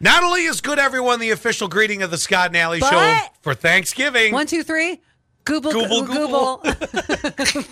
Not only is good everyone the official greeting of the Scott and Alley But- show for Thanksgiving, One, two, three. Google, Google, Google, Google.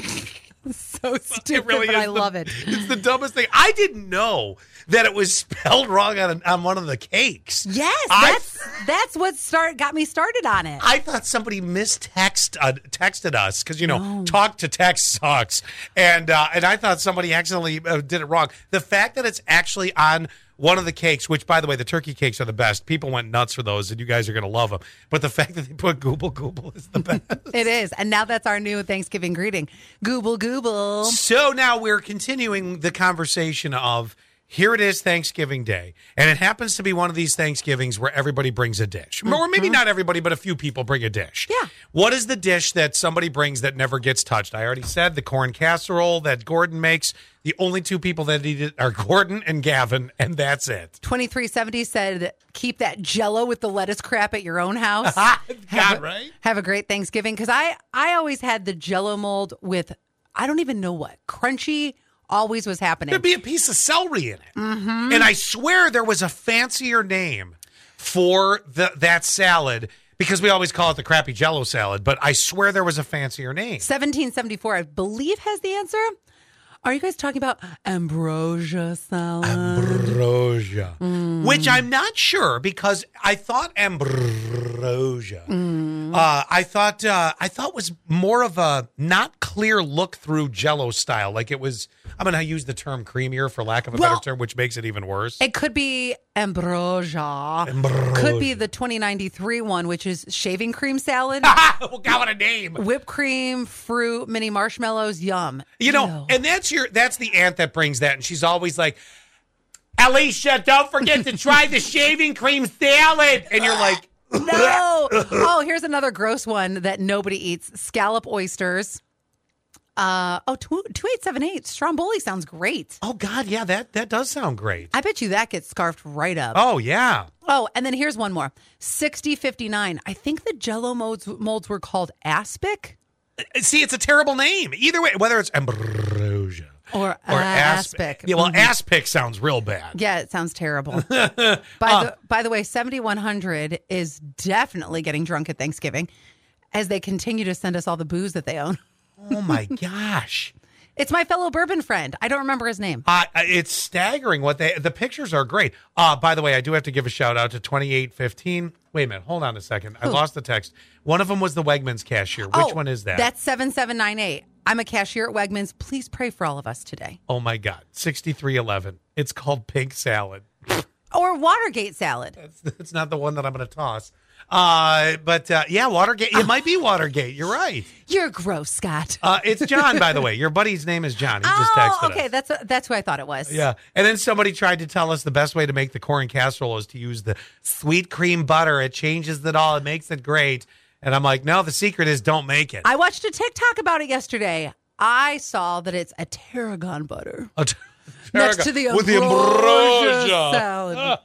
so stupid, really but is I the- love it. it's the dumbest thing. I didn't know that it was spelled wrong on, on one of the cakes. Yes, I- that's that's what start got me started on it. I thought somebody mistext uh, texted us because you know talk to text sucks, and uh, and I thought somebody accidentally uh, did it wrong. The fact that it's actually on one of the cakes, which by the way, the turkey cakes are the best. People went nuts for those, and you guys are going to love them. But the fact that they put Google Google is the best. It is, and now that's our new Thanksgiving greeting. Google, Google. So now we're continuing the conversation of here it is Thanksgiving Day, and it happens to be one of these Thanksgivings where everybody brings a dish, or maybe not everybody, but a few people bring a dish. Mm-hmm. Yeah. What is the dish that somebody brings that never gets touched? I already said the corn casserole that Gordon makes. The only two people that eat it are Gordon and Gavin, and that's it. 2370 said, keep that jello with the lettuce crap at your own house. God, a- right? Have a great Thanksgiving. Because I, I always had the jello mold with, I don't even know what, crunchy always was happening. There'd be a piece of celery in it. Mm-hmm. And I swear there was a fancier name for the, that salad because we always call it the crappy jello salad, but I swear there was a fancier name. 1774, I believe, has the answer. Are you guys talking about ambrosia salad? Ambrosia. Mm. Which I'm not sure because I thought ambrosia. Mm. Uh, I thought uh, I thought was more of a not clear look through Jello style, like it was. I'm going to use the term creamier for lack of a Well- better term, which makes it even worse. It could be ambrosia. Could be the 2093 one, which is shaving cream salad, well, God, what a name! whipped cream, fruit, mini marshmallows. Yum. You know, Ew. and that's your that's the aunt that brings that, and she's always like, Alicia, don't forget to try the shaving cream salad. And you're like, No. oh, here's another gross one that nobody eats: scallop oysters. Uh oh, two two eight seven eight. Stromboli sounds great. Oh God, yeah, that that does sound great. I bet you that gets scarfed right up. Oh yeah. Oh, and then here's one more: sixty fifty nine. I think the Jello molds molds were called aspic See, it's a terrible name. Either way, whether it's ambrosia or, uh, asp- aspic. Yeah, well, Mhm. aspic sounds real bad. Yeah, it sounds terrible. by Ah. the by the way, seventy one hundred is definitely getting drunk at Thanksgiving, as they continue to send us all the booze that they own. Oh my gosh. It's my fellow bourbon friend. I don't remember his name. Uh, it's staggering what they. The pictures are great. Uh, by the way, I do have to give a shout out to twenty eight fifteen. Wait a minute, hold on a second. I lost the text. One of them was the Wegmans cashier. Which Oh, one is that? That's 7798. I'm a cashier at Wegmans. Please pray for all of us today. Oh my God, sixty-three eleven. It's called pink salad. Or Watergate salad. That's, that's not the one that I'm going to toss. Uh, but uh, yeah, Watergate. It might be Watergate. You're right. You're gross, Scott. Uh, it's John, by the way. Your buddy's name is John. He just oh, texted okay. us. That's that's who I thought it was. Yeah, and then somebody tried to tell us the best way to make the corn casserole is to use the sweet cream butter. It changes it all. It makes it great. And I'm like, no, the secret is don't make it. I watched a TikTok about it yesterday. I saw that it's a tarragon butter A t- next to the ambrosia, With the ambrosia. salad.